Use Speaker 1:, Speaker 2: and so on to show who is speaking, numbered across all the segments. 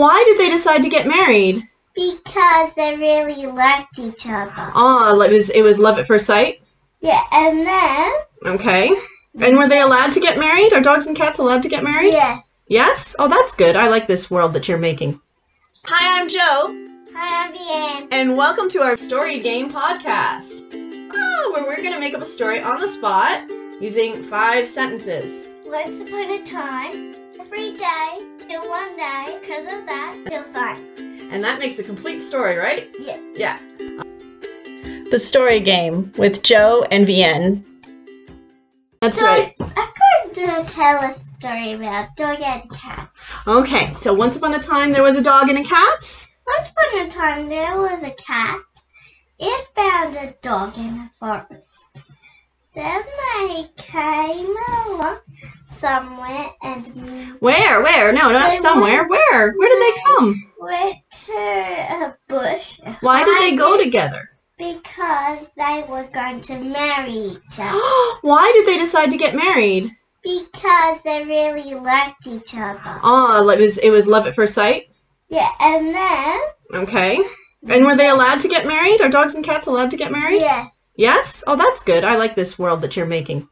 Speaker 1: Why did they decide to get married?
Speaker 2: Because they really liked each other.
Speaker 1: Ah, it was it was love at first sight.
Speaker 2: Yeah, and then
Speaker 1: Okay. And were they allowed to get married? Are dogs and cats allowed to get married?
Speaker 2: yes.
Speaker 1: Yes? Oh, that's good. I like this world that you're making. Hi, I'm Joe,
Speaker 2: Hi, I'm Ian.
Speaker 1: and welcome to our story game podcast. Ah, where we're going to make up a story on the spot using five sentences.
Speaker 2: Once upon a time, every day, till one day, because of that, till fun.
Speaker 1: And that makes a complete story, right?
Speaker 2: Yeah.
Speaker 1: Yeah. The story game with Joe and Vienne. That's
Speaker 2: so
Speaker 1: right.
Speaker 2: I'm going to tell a story about dog and cat.
Speaker 1: Okay, so once upon a time there was a dog and a cat.
Speaker 2: Once upon a time, there was a cat. It found a dog in a forest. Then they came along somewhere and
Speaker 1: Where? Where? No, not
Speaker 2: They
Speaker 1: somewhere. Where? Where did they come?
Speaker 2: went to a bush.
Speaker 1: Why did they go
Speaker 2: hiding
Speaker 1: together?
Speaker 2: Because they were going to marry each other.
Speaker 1: Why did they decide to get married?
Speaker 2: Because they really liked each other.
Speaker 1: Ah, it was it was love at first sight.
Speaker 2: Yeah, and then
Speaker 1: Okay. And were they allowed to get married? Are dogs and cats allowed to get married?
Speaker 2: yes,
Speaker 1: Yes? Oh, that's good. I like this world that you're making.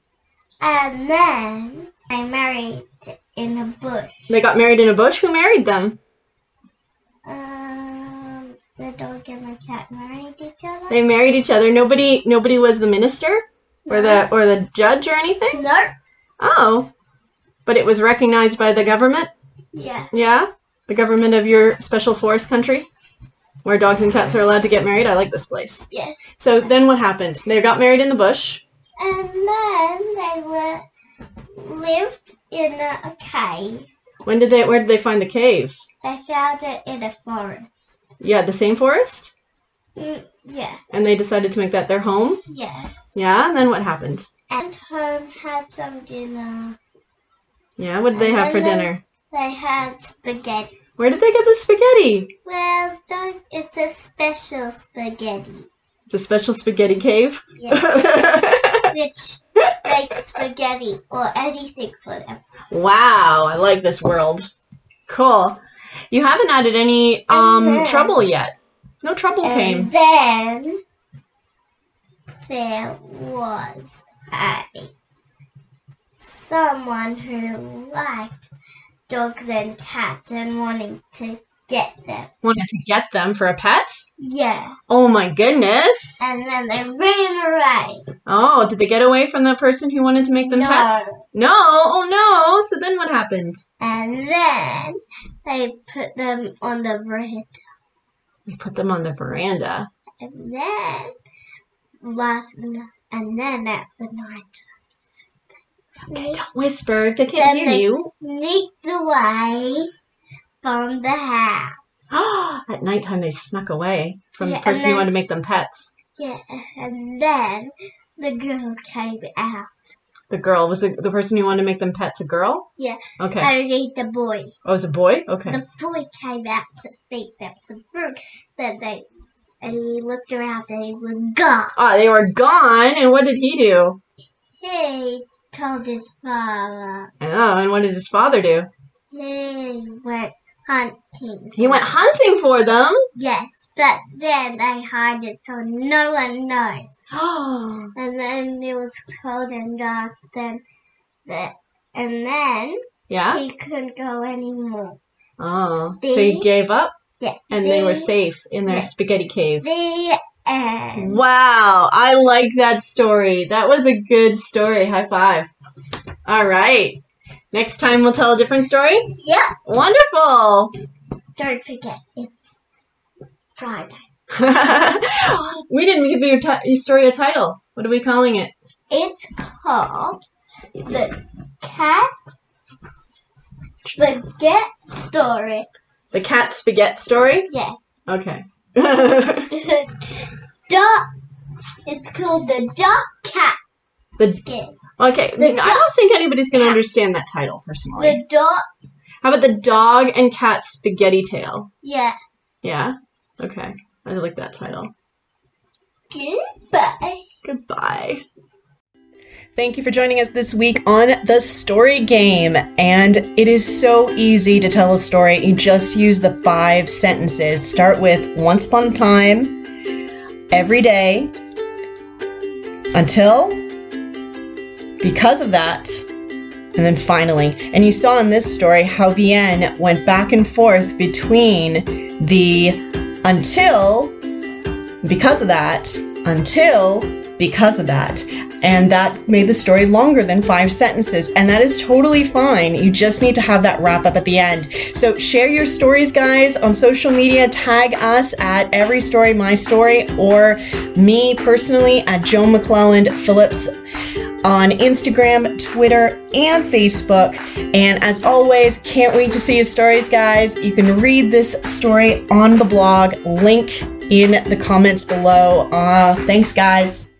Speaker 2: and then they married in a bush.
Speaker 1: They got married in a bush. Who married them?
Speaker 2: Um, the dog and the cat married each other.
Speaker 1: They married each other. Nobody nobody was the minister or the or the judge or anything?
Speaker 2: no.
Speaker 1: Oh. But it was recognized by the government?
Speaker 2: Yeah,
Speaker 1: Yeah, the government of your special forest country, where dogs and cats are allowed to get married. I like this place.
Speaker 2: yes.
Speaker 1: So then what happened? They got married in the bush.
Speaker 2: And then they were lived in a, a cave.
Speaker 1: When did they? Where did they find the cave?
Speaker 2: They found it in a forest.
Speaker 1: Yeah, the same forest.
Speaker 2: Mm, yeah,
Speaker 1: And they decided to make that their home.
Speaker 2: yeah.
Speaker 1: Yeah. And then what happened?
Speaker 2: And home had some dinner.
Speaker 1: Yeah. What did they have for
Speaker 2: And then-
Speaker 1: dinner?
Speaker 2: They had spaghetti.
Speaker 1: Where did they get the spaghetti?
Speaker 2: Well, don't, it's a special spaghetti,
Speaker 1: The special spaghetti cave.
Speaker 2: yeah, which makes spaghetti or anything for them.
Speaker 1: wow, I like this world. Cool. You haven't added any um
Speaker 2: then-
Speaker 1: trouble yet. No trouble came.
Speaker 2: And then there was a someone who liked dogs and cats and wanting to get them.
Speaker 1: wanted to get them for a pet.
Speaker 2: Yeah,
Speaker 1: Oh my goodness.
Speaker 2: and then they ran away.
Speaker 1: Oh, did they get away from the person who wanted to make them
Speaker 2: No.
Speaker 1: pets? No. Oh no. So then what happened?
Speaker 2: And then they put them on the bread.
Speaker 1: They put them on the veranda.
Speaker 2: And then last night, and then at the night.
Speaker 1: Okay,
Speaker 2: Sneak,
Speaker 1: don't whisper. They
Speaker 2: then
Speaker 1: can't hear
Speaker 2: they
Speaker 1: you.
Speaker 2: sneaked away from the house.
Speaker 1: At nighttime, they snuck away from
Speaker 2: Yeah,
Speaker 1: the
Speaker 2: and
Speaker 1: person who
Speaker 2: then-
Speaker 1: wanted to make them pets.
Speaker 2: Yeah, and then the girl came out.
Speaker 1: The girl was the, the person who wanted to make them pets. A girl?
Speaker 2: Yeah.
Speaker 1: Okay.
Speaker 2: I was the boy.
Speaker 1: oh, it was a boy. Okay.
Speaker 2: The boy came out to feed them some food. Then they and he looked around and he was gone.
Speaker 1: Ah, they were gone. And what did he do?
Speaker 2: He told his father.
Speaker 1: Oh, and what did his father do?
Speaker 2: He went hunting.
Speaker 1: He went hunting for them.
Speaker 2: Yes, but then they hide it so no one knows.
Speaker 1: Oh.
Speaker 2: And then it was cold and dark. Then the and then
Speaker 1: Yeah.
Speaker 2: he couldn't go anymore.
Speaker 1: Oh, so
Speaker 2: They-
Speaker 1: you gave up
Speaker 2: Yeah,
Speaker 1: and they were
Speaker 2: the-
Speaker 1: safe in their
Speaker 2: Yeah.
Speaker 1: spaghetti cave.
Speaker 2: The end.
Speaker 1: Wow, I like that story. That was a good story. High five. All right. Next time we'll tell a different story.
Speaker 2: Yep.
Speaker 1: Wonderful.
Speaker 2: Don't forget, it's Friday.
Speaker 1: we didn't give your, ti your story a title. What are we calling it?
Speaker 2: It's called the Cat Spaghetti Story.
Speaker 1: The Cat Spaghetti Story?
Speaker 2: Yeah.
Speaker 1: Okay. the
Speaker 2: duck. It's called the Duck Cat Skin.
Speaker 1: okay.
Speaker 2: The
Speaker 1: I don't think anybody's going to understand that title personally.
Speaker 2: The duck.
Speaker 1: How about the Dog and Cat Spaghetti Tale?
Speaker 2: Yeah.
Speaker 1: Yeah. Okay. I like that title.
Speaker 2: Goodbye.
Speaker 1: Goodbye. Thank you for joining us this week on The Story Game. And it is so easy to tell a story. You just use the five sentences. Start with once upon a time, every day, until, because of that, and then finally. And you saw in this story how Vienne went back and forth between the until, because of that, until, because of that. And that made the story longer than five sentences. And that is totally fine. You just need to have that wrap up at the end. So share your stories, guys, on social media. Tag us at Every Story My Story or me personally at Joan McClelland Phillips on Instagram, Twitter, and Facebook. And as always, can't wait to see your stories, guys. You can read this story on the blog, link in the comments below. Uh, thanks, guys.